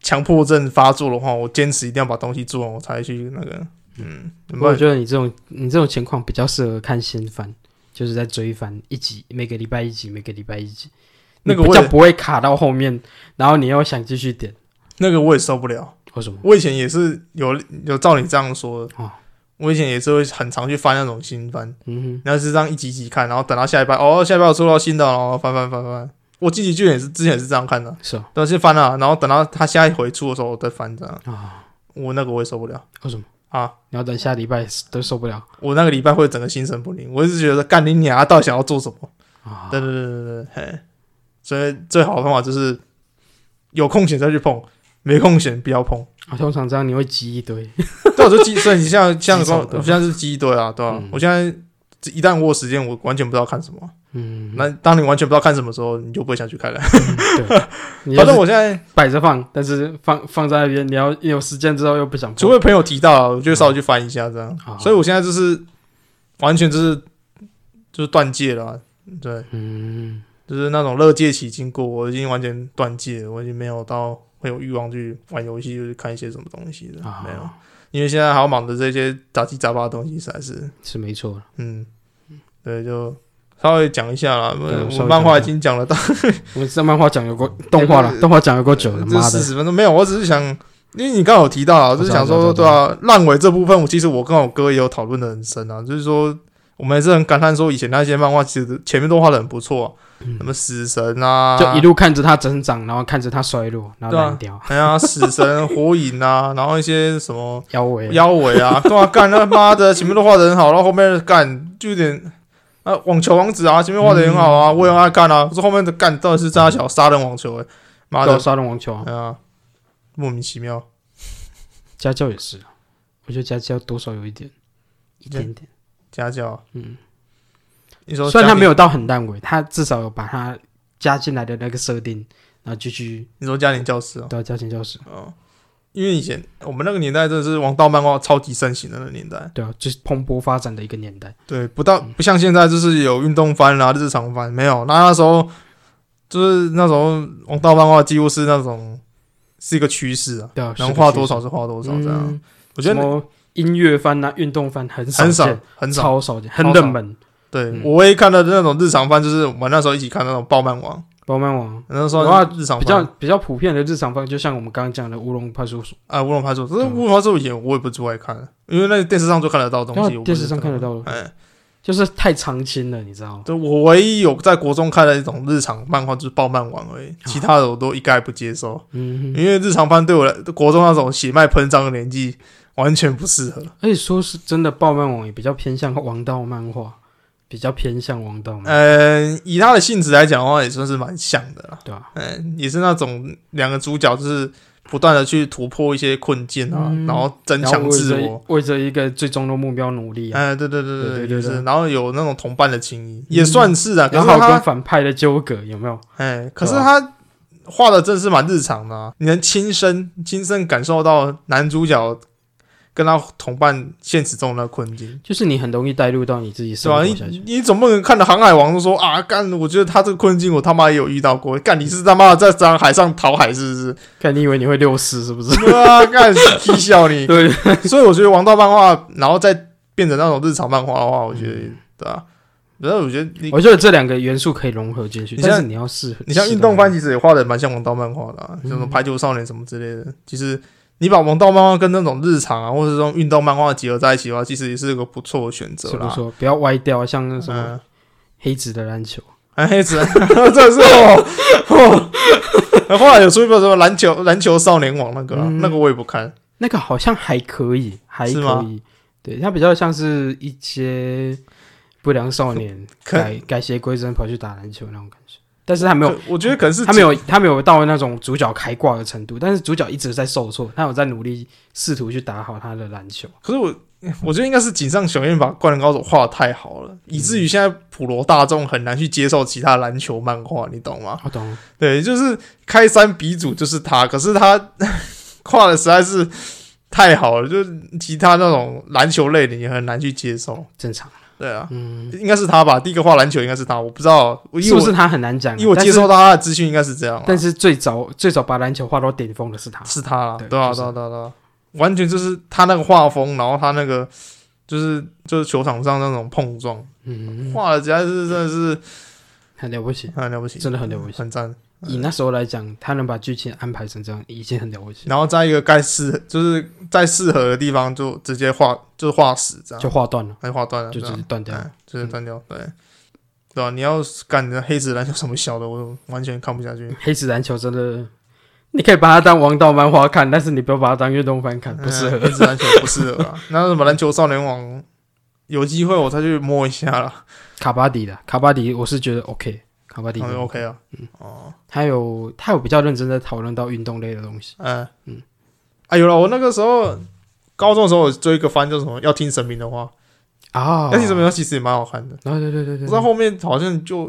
强迫症发作的话，我坚持一定要把东西做完，我才去那个，嗯，
不过
有没
我
有？
觉得你这种你这种情况比较适合看新番，就是在追番一集，每个礼拜一集，每个礼拜一集，
那个
你比
我
较
也
不会卡到后面，然后你又想继续点，
那个我也受不了。
为什么？
我以前也是有有照你这样说的，
哦
我以前也是会很常去翻那种新番，
嗯
然后是这样一集一集看，然后等到下一拜，哦，下一拜我收到新的，然后翻翻翻翻。我积极剧也是之前也是这样看的
哼，，是啊
但是翻了，然后等到他下一回出的时候我再翻这样。
啊，
我那个我也受不了
为什么？
啊！
你要等下礼拜都受不了
我那个礼拜会整个心神不宁，我一直觉得干你娘啊到底想要做什么？
啊？
对对对对对，嘿，所以最好的方法就是有空闲再去碰，没空闲不要碰。
啊通常这样你会积一堆，
[laughs] 但我啊就记，所以你像像
记
说
仇，的
我现在是记忆堆啊，对吧、
嗯
我现在一旦我有时间，我完全不知道看什么，
嗯，
那当你完全不知道看什么时候，你就不会想去看了。 [laughs]
你要
反正
是
我现在，
摆着放，但是放放在那边，你要有时间之后又不想
除
做。
非朋友提到啊，我就稍微去翻一下这样。
嗯好
所以我现在就是完全就是就是断戒了啊，对，
嗯，
就是那种乐界期经过，我已经完全断戒了，我已经没有到会有欲望去玩游戏，就是看一些什么东西的，
啊，
没有，因为现在还要忙着这些杂七杂八的东西，实在是，
是没错了。
嗯，对，就稍微讲一下啦，我
对我稍
我
微
漫画
讲一
已
下
经讲了大
我这漫画讲有过动画
哎不
了，
是
动画讲有过久了，
这
妈
四
的，
十分钟没有，我只是想，因为你刚好有提到啊，我就是想说，
我知
对
道
啊，烂尾这部分，我其实我跟我哥也有讨论的很深啊，就是说，我们也是很感叹说，以前那些漫画其实前面都画的很不错啊、什么死神啊，
嗯就一路看着它成长，然后看着它衰落，然后
对啊
烂掉，
哎呀，死神、火影啊，然后一些什么
腰围，
妖尾
[laughs]
啊，干嘛干他妈的，前面都画的很好，然后后面干就有点。啊，网球王子啊，前面画的很好
嗯
啊，我也很爱看啊。可是后面的干到底是扎小杀人网球、欸，妈
对啊
的，
沙龙网球啊，
哎呀，莫名其妙。
家教也是啊，我觉得家教多少有一点，一点点。
家教，啊
嗯，
你说
虽然他
家里
没有到很烂尾，他至少有把它加进来的那个设定，然后继续
你说家庭教师哦，
到家庭教室。
哦，因为以前我们那个年代真的是王道漫画超级盛行的那个年代，
对啊，就是蓬勃发展的一个年代。
对，不
嗯
到不像现在就是有运动番啦、日常番，没有，那那时候就是那时候王道漫画几乎是那种是一个趋势啊，
对啊，
能画多少是画多少这样，
嗯
我觉
什
得
么音乐番啊、运动番很少
很少
见，
很少，
超少见，
超
很冷门。
对、
嗯
我唯一看到的那种日常番就是我们那时候一起看那种爆漫王，
包漫网
那时候
我要
日常
比较
番
比较普遍的日常番，就像我们刚刚讲的《乌龙派出所
啊，乌龙派出
嗯
所，这乌龙派出所以前我也不是爱看，因为那电视上就看得到的》，东西，
然
我
后
不
啊电
是
视上看得到
哎
的，。就是太常青了，你知道吗？
对，我唯一有在国中看的一种日常漫画就是爆漫王而已，其他的我都一概不接受，
嗯哼，
因为日常番对我来国中那种血脉喷张的年纪完全不适合。
而且说是真的，爆漫网也比较偏向王道漫画，比较偏向王道漫画。
嗯，以他的性质来讲的话，也算是蛮像的啦。
对啊，
嗯，也是那种两个主角就是不断的去突破一些困境啊，
嗯
然后争
然后
强
为
自
着
我。
为着一个最终的目标努力啊，
哎，对对对
对对
就
对
是
对，
然后有那种同伴的情谊，也算是啊。可
然
是
后
他
跟反派的纠葛有没有？
哎，可是
啊
他画的真是蛮日常的、啊，你能亲身亲身感受到男主角跟他同伴现实中的困境，
就是你很容易带入到你自己
是
生
吧？
活
你
下去。
你总不能看着航海王就说啊，干，我觉得他这个困境我他妈也有遇到过，干你是他妈的在张海上讨海是不是？
看你以为你会六四是不 [laughs] 是？
对啊，干踢笑你。
对，
[laughs] 所以我觉得王道漫画，然后再变成那种日常漫画的话，我觉得、对啊，然后我觉得你
我觉得这两个元素可以融合进去，
你像
但是你要适合。
你像运动番，其实也画的蛮像王道漫画的、
嗯
啊，像什么排球少年什么之类的。其实你把王道漫画跟那种日常啊，或者这种运动漫画结合在一起的话，其实也是一个不错的选择
是不
啦。
错，不要歪掉，啊像那什么
嗯， [laughs]
黑子的篮球，
哎，黑子，这是哦。哦 [laughs] 后来有出一本什么篮球篮球少年网那个啊、
嗯
那个我也不看。
那个好像还可以，还
是
可以。对，它比较像是一些不良少年
可
改改邪归正跑去打篮球那种感觉，但是哎他没有
可，我觉得可能是
他没有他没有到那种主角开挂的程度，但是主角一直在受挫，他有在努力试图去打好他的篮球。
可是我 [laughs] 我觉得应该是井上雄彦把《灌篮高手》画的太好
嗯
了，以至于现在普罗大众很难去接受其他篮球漫画，你懂吗？
我懂了，
对，就是开山鼻祖就是他，可是他 [laughs] 跨的实在是太好了，就是其他那种篮球类的也很难去接受。
正常。
对啊，
嗯，
应该是他吧，第一个画篮球应该是他，我不知道，我因
是
为
不
我
是他很难讲啊？
因为我
但
接
是
收到他的资讯应该是这样啊，
但是最早最早把篮球画到顶峰的是他，
是他啦，
对
对啊，
就是
对啊，对啊，对啊，完全就是他那个画风，然后他那个就是就是球场上那种碰撞，
嗯，
画的实在是真的是
很了不起，
嗯很了不起，
真的很了不起。
很赞。
以那时候来讲，他能把剧情安排成这样，已经很了不起，
然后在一个该适就是在适合的地方就直接画，就是画死这样。
就画断了，
还划断了，
就
对
直
啊
接嗯断掉。
哎直接断掉，对，对啊，你要是干你的黑子篮球什么小的，我完全看不下去。
黑子篮球真的，你可以把它当王道漫画看，但是你不要把它当运动番看，不适
嗯
合。
黑子篮球不适合啊。那什么篮球少年网，有机会我再去摸一下啦，
卡巴迪的卡巴迪，我是觉得 OK，卡巴迪
嗯 OK 啊，哦，
他有他有比较认真在讨论到运动类的东西。
嗯嗯，啊有了，我那个时候高中的时候有追一个番叫什么，要听神明的话，
啊，
但其实没有，其实也蛮好看的。
啊，对对对对
不
对，
知道后面好像就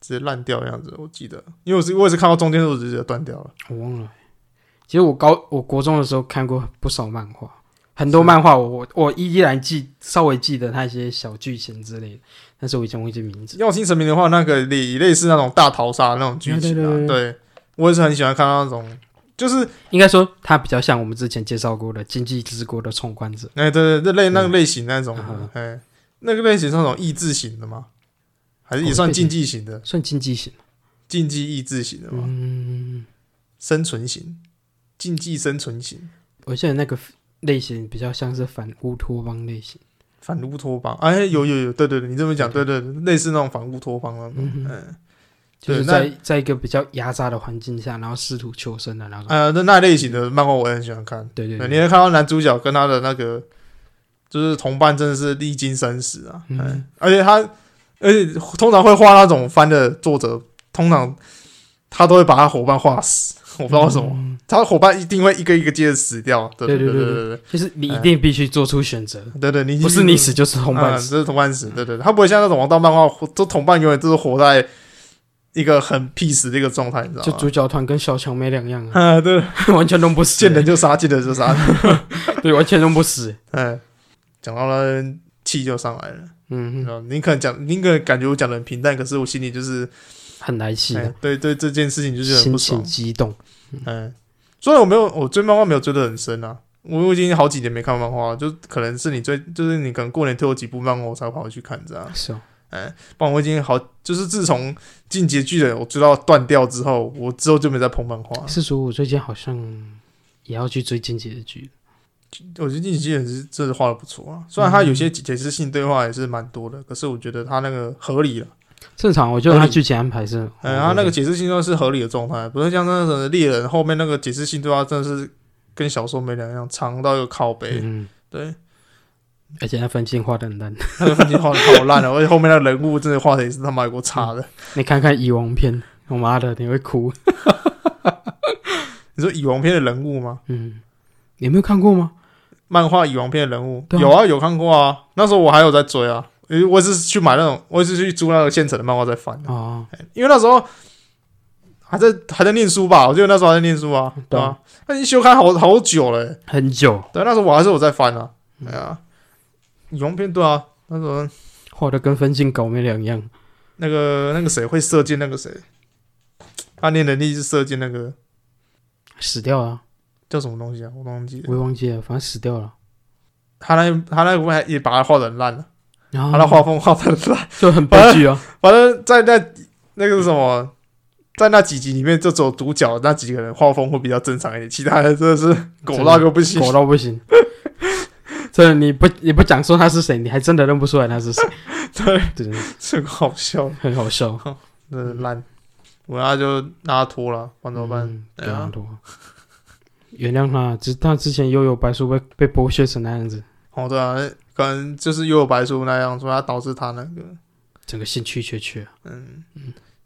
直接烂掉的样子，我记得，因为我是我也是看到中间的时候直接断掉了。
我忘了。其实我高我国中的时候看过不少漫画，很多
是啊
漫画我我我依然记稍微记得它一些小剧情之类的，但是我已经忘记名字。
要听神明的话，那个类类似那种大逃杀那种剧情
对
啊，
对对对
对我也是很喜欢看到那种，就是
应该说它比较像我们之前介绍过的《经济之国》的闯关者，
哎、对对对，类那个类型那种
嗯，
哎、那个类型是那种益智型的吗？还是也算
哦
竞技型的？
算经济型。
竞技益智型的吗？
嗯，
生存型，竞技生存型，
我记得那个类型比较像是反乌托邦类型。
反乌托邦。哎，有有有，对对对，你这么讲，
对
对对对，类似那种反乌托邦那种，嗯。
就是
对那
在在一个比较压榨的环境下，然后试图求生的那种。
呃，那那类型的漫画我也很喜欢看。
对对
对，
对，
你会看到男主角跟他的那个就是同伴，真的是历经生死啊。
嗯
嗯，而且他，而且通常会画那种番的作者，通常他都会把他伙伴画死，我不知道为什么，
嗯
他的伙伴一定会一个一个接着死掉。对
对
对
对
对
对
对
就是你
哎
一定必须做出选择，
对对，你
不是你死就是同伴
嗯
死。
这是同伴死。对对，对他不会像那种王道漫画，都同伴永远都是活在一个很 peace 的一个状态，你知
就
道吗
主？角团跟小强没两样啊，
啊，对，
[laughs] 完全弄不死，
见人就杀，见人就杀。
对，完全弄不死。
哎，讲到那气就上来了。
嗯，哼，
然后您可能讲，您可能感觉我讲的很平淡，可是我心里就是，
很来气
哎
的，，
对对，这件事情就是很
心
不
情
爽。
激动。
嗯，虽然我没有，我追漫画没有追得很深啊，我我已经好几年没看漫画了，就可能是你追，就是你可能过年推我几部漫画，我才跑回去看这样。
是哦，
不然我已经好，就是自从《进阶巨人》我追到断掉之后，我之后就没再碰漫画了。
是说我最近好像也要去追进阶的剧，
我觉得《进击巨人》是真的画的不错啊，虽然他有
嗯
些解释性对话也是蛮多的，可是我觉得他那个合理了。
正常，我觉得
合
他
理
剧情安排是，
嗯，然后那个解释性对话是合理的状态，不是像那种猎人后面那个解释性对话真的是跟小说没两样，长到一个靠背。
嗯，
对，
而且那分镜画的很烂。
那个分镜画的好烂哦，而且后面那个人物真的画的也是他妈有够差的。
你看看蚁王片，我妈的，你会哭。
你说蚁王篇的人物吗？
嗯，你没有看过吗？
漫画蚁王篇的人物
对啊
有啊，有看过啊。那时候我还有在追啊，因为我只是去买那种，我只是去租那个现成的漫画在翻的，
哦，
因为那时候。还在还在念书吧，我记得那时候还在念书啊，对啊，那已经休刊好好久了欸、
很久，
对，那时候我还是有在翻啊，对啊，羽绒片对啊，那时候
画的跟分镜狗没两样。
那个那个谁会射箭，那个谁，他念能力是射箭，那个
死掉了，
叫什么东西啊？我忘记了。
我也忘记了，反正死掉了。
他那他那部还也把他画的很烂了，
然
他
后
那画风画的很烂。
就很悲剧啊，
反正，在那那个是什么，在那几集里面，就只有主角那几个人画风会比较正常一点，其他人真的是狗到个
[laughs]
不行。
狗到不行。真的，你不你不讲说他是谁，你还真的认不出来他是谁，
对， [laughs]
真的
这个好笑，
很好笑。
真的烂。我那就让他拖了，不然怎么办？
嗯、
对
对
啊
啊，多、原谅他，只他之前悠悠白书被被剥削成那样子，
哦，对啊，可能就是又有白书那样，说他导致他那个，
整个兴趣缺缺，
嗯，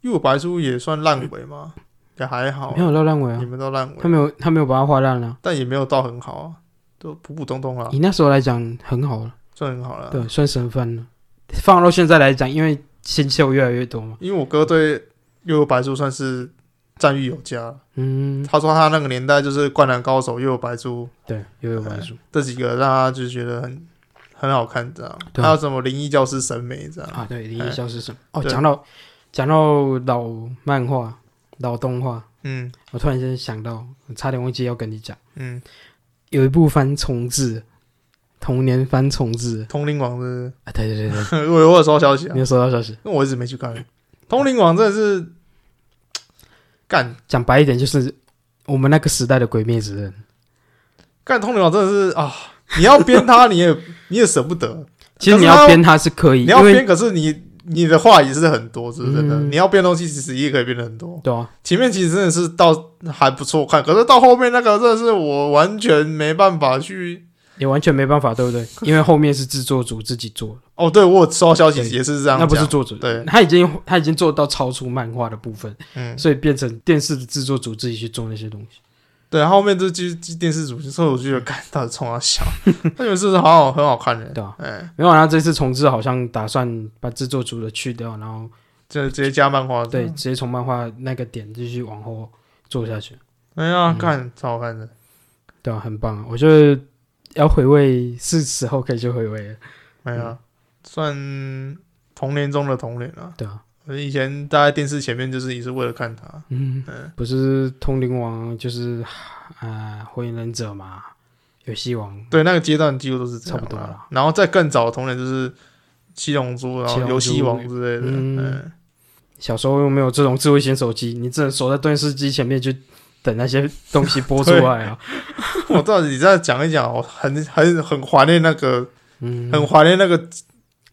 又有白书也算烂尾嘛，也还好啊，
没有到烂尾
也
啊，
没到烂
他
尾，
没有他没有把它画烂啊。
但也没有到很好啊，都普普通通啊
以，那时候来讲很好了，
算很好了。
对，算神番了。放到现在来讲，因为新秀越来越多嘛，
因为我哥对又有白书算是赞誉有加，
嗯，
他说他那个年代就是灌篮高手、又有白书
对，悠悠白书，
这几个，让他就觉得很很好看这样。
对啊
还有什么灵异教师审美这样，
啊，对，灵异消失什么？哦，
哎对
讲到讲到老漫画、老动画，
嗯
我突然间想到，我差点忘记要跟你讲，
嗯，
有一部番重置，童年番重置
通灵王是
啊，对对对 [laughs] 对，
不是， [laughs] 我有收到消息啊
你，有收到消息？
那我一直没去看。《通灵王》真的是干
讲白一点，就是我们那个时代的鬼灭之刃。
干，《通灵王》真的是啊，你要编他，你也 [laughs] 你也舍不得，
其实你要编它是可以，
你要
因为
编，可是你你的话也是很多，是不是真的？
嗯
你要编东西，其实也可以编的很多。
对啊，
前面其实真的是到还不错看，可是到后面那个真的是我完全没办法去。
你完全没办法，对不对？因为后面是制作组自己做的，
哦，对我有收到消息
对
也是这样
那
讲，
不是作者，
对
他已经他已经做到超出漫画的部分，
嗯，
所以变成电视的制作组自己去做那些东西。
对，后面就继续电视主题，所以我就觉得，干到底冲他 [laughs] 笑，他原是好好很好看的，
对啊
哎，
没有啊，然后这次重置好像打算把制作组的去掉，然后
就直接加漫画，
对，直接从漫画那个点继续往后做下去，
哎
嗯
呀，看超好看的，
对啊，很棒啊，我觉得要回味是时候可以去回味了，
哎
嗯
呀，算童年中的童年了。
对啊，
我以前大在电视前面就是也是为了看他，
嗯，不是通灵王就是呃火影忍者嘛，游戏王，
对那个阶段几乎都是这样
差不多
啦
啦。
然后再更早的童年就是七龙珠，然后
七龙珠
游戏王之类的，
嗯
嗯，
小时候又没有这种智慧型手机，你只能守在电视机前面去等那些东西播出来
[laughs]
啊，
[laughs] 我到底再讲一讲，我很很很怀念那个，
嗯，
很怀念那个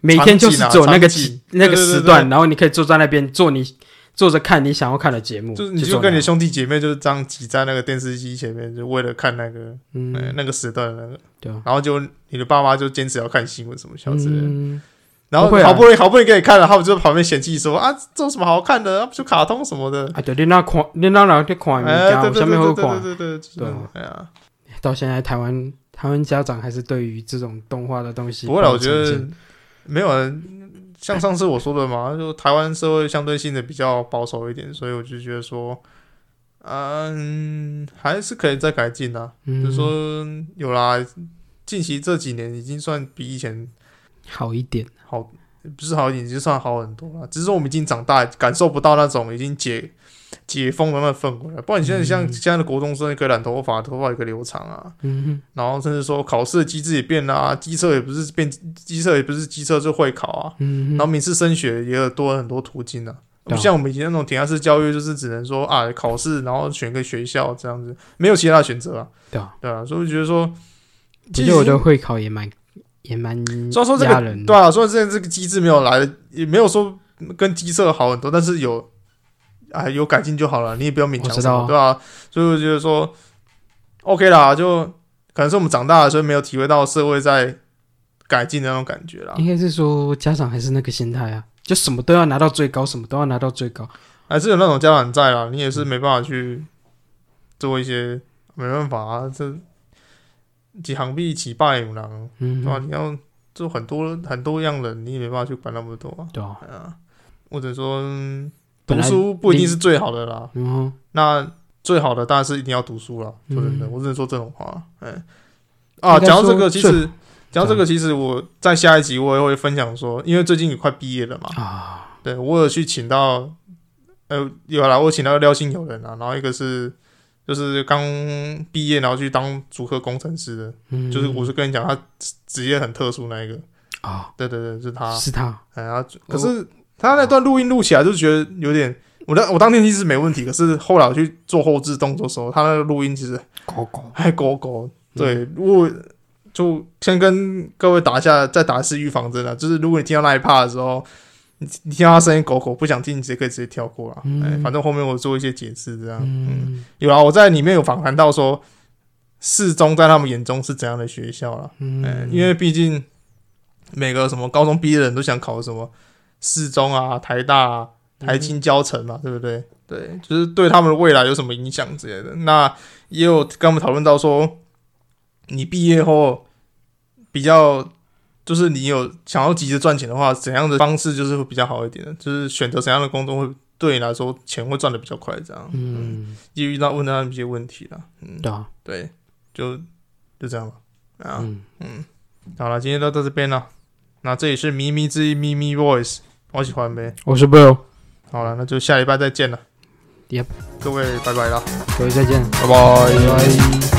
每天就是走那个
场景啊
几
场景
那个时段，
对对对
然后你可以坐在那边做你坐着看你想要看的节目，
就是你
嗯就
就跟你
说，
兄弟姐妹就是这样挤在那个电视机前面，就为了看那个、呃
嗯，
那个时段的那个，
对啊，
然后就你的爸妈就坚持要看新闻什么小之类的，
嗯，
然后
不会啊
好不容易好不容易给你看了，他们就在旁边嫌弃说啊，这有什么好看的？啊，不就卡通什么的？
啊，对，你那看，你那哪去看的
哎，对
物件？
对
下
对
面会
对
看
对。对对，就是
对啊
哎呀，
到现在，台湾台湾家长还是对于这种动画的东西
不过啦，
抱
我
有
觉
成见，
得没有人像上次我说的嘛，就台湾社会相对性的比较保守一点，所以我就觉得说，嗯，还是可以再改进的、啊。
嗯，
就说有啦，近期这几年已经算比以前
好一点，
好，不是好一点，已经算好很多了。只是说我们已经长大，感受不到那种已经解解封的那氛围了。不然你现在像、
嗯
现在的国中生，可以染头发，头发也可以留长啊，
嗯
然后甚至说考试的机制也变啦、机测也不是变，机测也不是机测就会考啊。
嗯
然后，每次升学也有多了很多途径啊。
对
不
啊
像我们以前那种填鸭式教育，就是只能说啊考试，然后选个学校这样子，没有其他的选择啊。
对啊，
对啊，所以我觉得说，
其
其
实
实
我觉得会考也蛮也蛮
虽然说这
压
个
人的，
对啊，虽然这这个机制没有来的，也没有说跟机测好很多，但是有啊有改进就好了，你也不要勉强
我知
什么
道
对啊？所以我觉得说 OK 啦，就可能是我们长大了，所以没有体会到社会在改进的那种感觉啦。
应该是说家长还是那个心态啊，就什么都要拿到最高，什么都要拿到最高，
还是有那种家长在啦，你也是没办法去做一些，没办法啊，这几行币几败五郎，
嗯
对，啊吧、你要做很多很多样人，你也没办法去管那么多啊。
对啊，
或者说嗯
本
读
来嗯
书不一定是最好的啦。
然后
那最好的当然是一定要读书啦。说真的，
嗯
我只能说这种话。哎、啊，
应该
讲到这
说
个，其
最
实讲到这个，其实我在下一集我也会分享说，因为最近也快毕业了嘛，
啊，
对我有去请到，呃，有啦，我请到廖姓友人啊，然后一个是。就是刚毕业，然后去当主科工程师的，
嗯，
就是我是跟你讲，他职职业很特殊那一个，
啊，
对对对，是他，
是他，
哎呀，可是他那段录音录起来就觉得有点，我当我当天其实没问题，可是后来我去做后置动作的时候，他那个录音其实
狗狗，
还狗狗。对，如果就先跟各位打一下，再打一次预防针啊，就是如果你听到那一趴的时候，你你听到他声音狗狗，不想听，你直接可以直接跳过啊。
嗯
哎，反正后面我做一些解释，这样。嗯，
嗯
有啊，我在里面有访谈到说，四中在他们眼中是怎样的学校啦。嗯，
嗯，
因为毕竟每个什么高中毕业的人都想考什么四中啊、台大啊、台青教程嘛，对不对？对，就是对他们的未来有什么影响之类的。那也有跟我们讨论到说，你毕业后比较。就是你有想要急着赚钱的话，怎样的方式就是会比较好一点的？就是选择怎样的工作会对你来说钱会赚的比较快，这样。，
嗯，
也遇到问到他们一些问题啦。嗯，
对啊，
对，就就这样吧。啊，
嗯，
好了，今天就到这边了。那这里是咪咪之音咪咪 Voice，我喜欢呗。
我是 Bill，
好了，那就下礼拜再见了。
Yep
各位拜拜啦，
各位再见，
拜拜
拜拜。